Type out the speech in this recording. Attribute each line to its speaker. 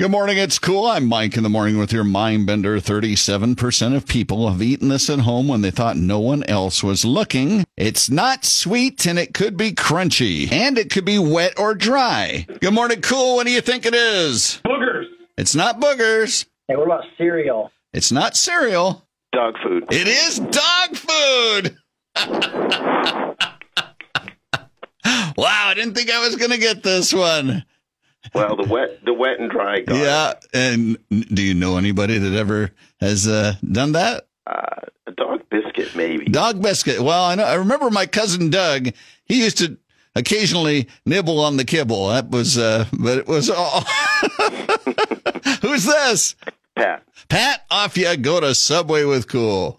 Speaker 1: Good morning, it's cool. I'm Mike in the morning with your mind bender. 37% of people have eaten this at home when they thought no one else was looking. It's not sweet and it could be crunchy and it could be wet or dry. Good morning, cool. What do you think it is?
Speaker 2: Boogers.
Speaker 1: It's not boogers.
Speaker 3: Hey, what about cereal?
Speaker 1: It's not cereal.
Speaker 2: Dog food.
Speaker 1: It is dog food. wow, I didn't think I was going to get this one.
Speaker 4: Well, the wet, the wet and dry. Guy.
Speaker 1: Yeah, and do you know anybody that ever has uh, done that?
Speaker 4: Uh, a dog biscuit, maybe.
Speaker 1: Dog biscuit. Well, I know. I remember my cousin Doug. He used to occasionally nibble on the kibble. That was, uh, but it was all. Who's this?
Speaker 4: Pat.
Speaker 1: Pat, off you go to Subway with Cool.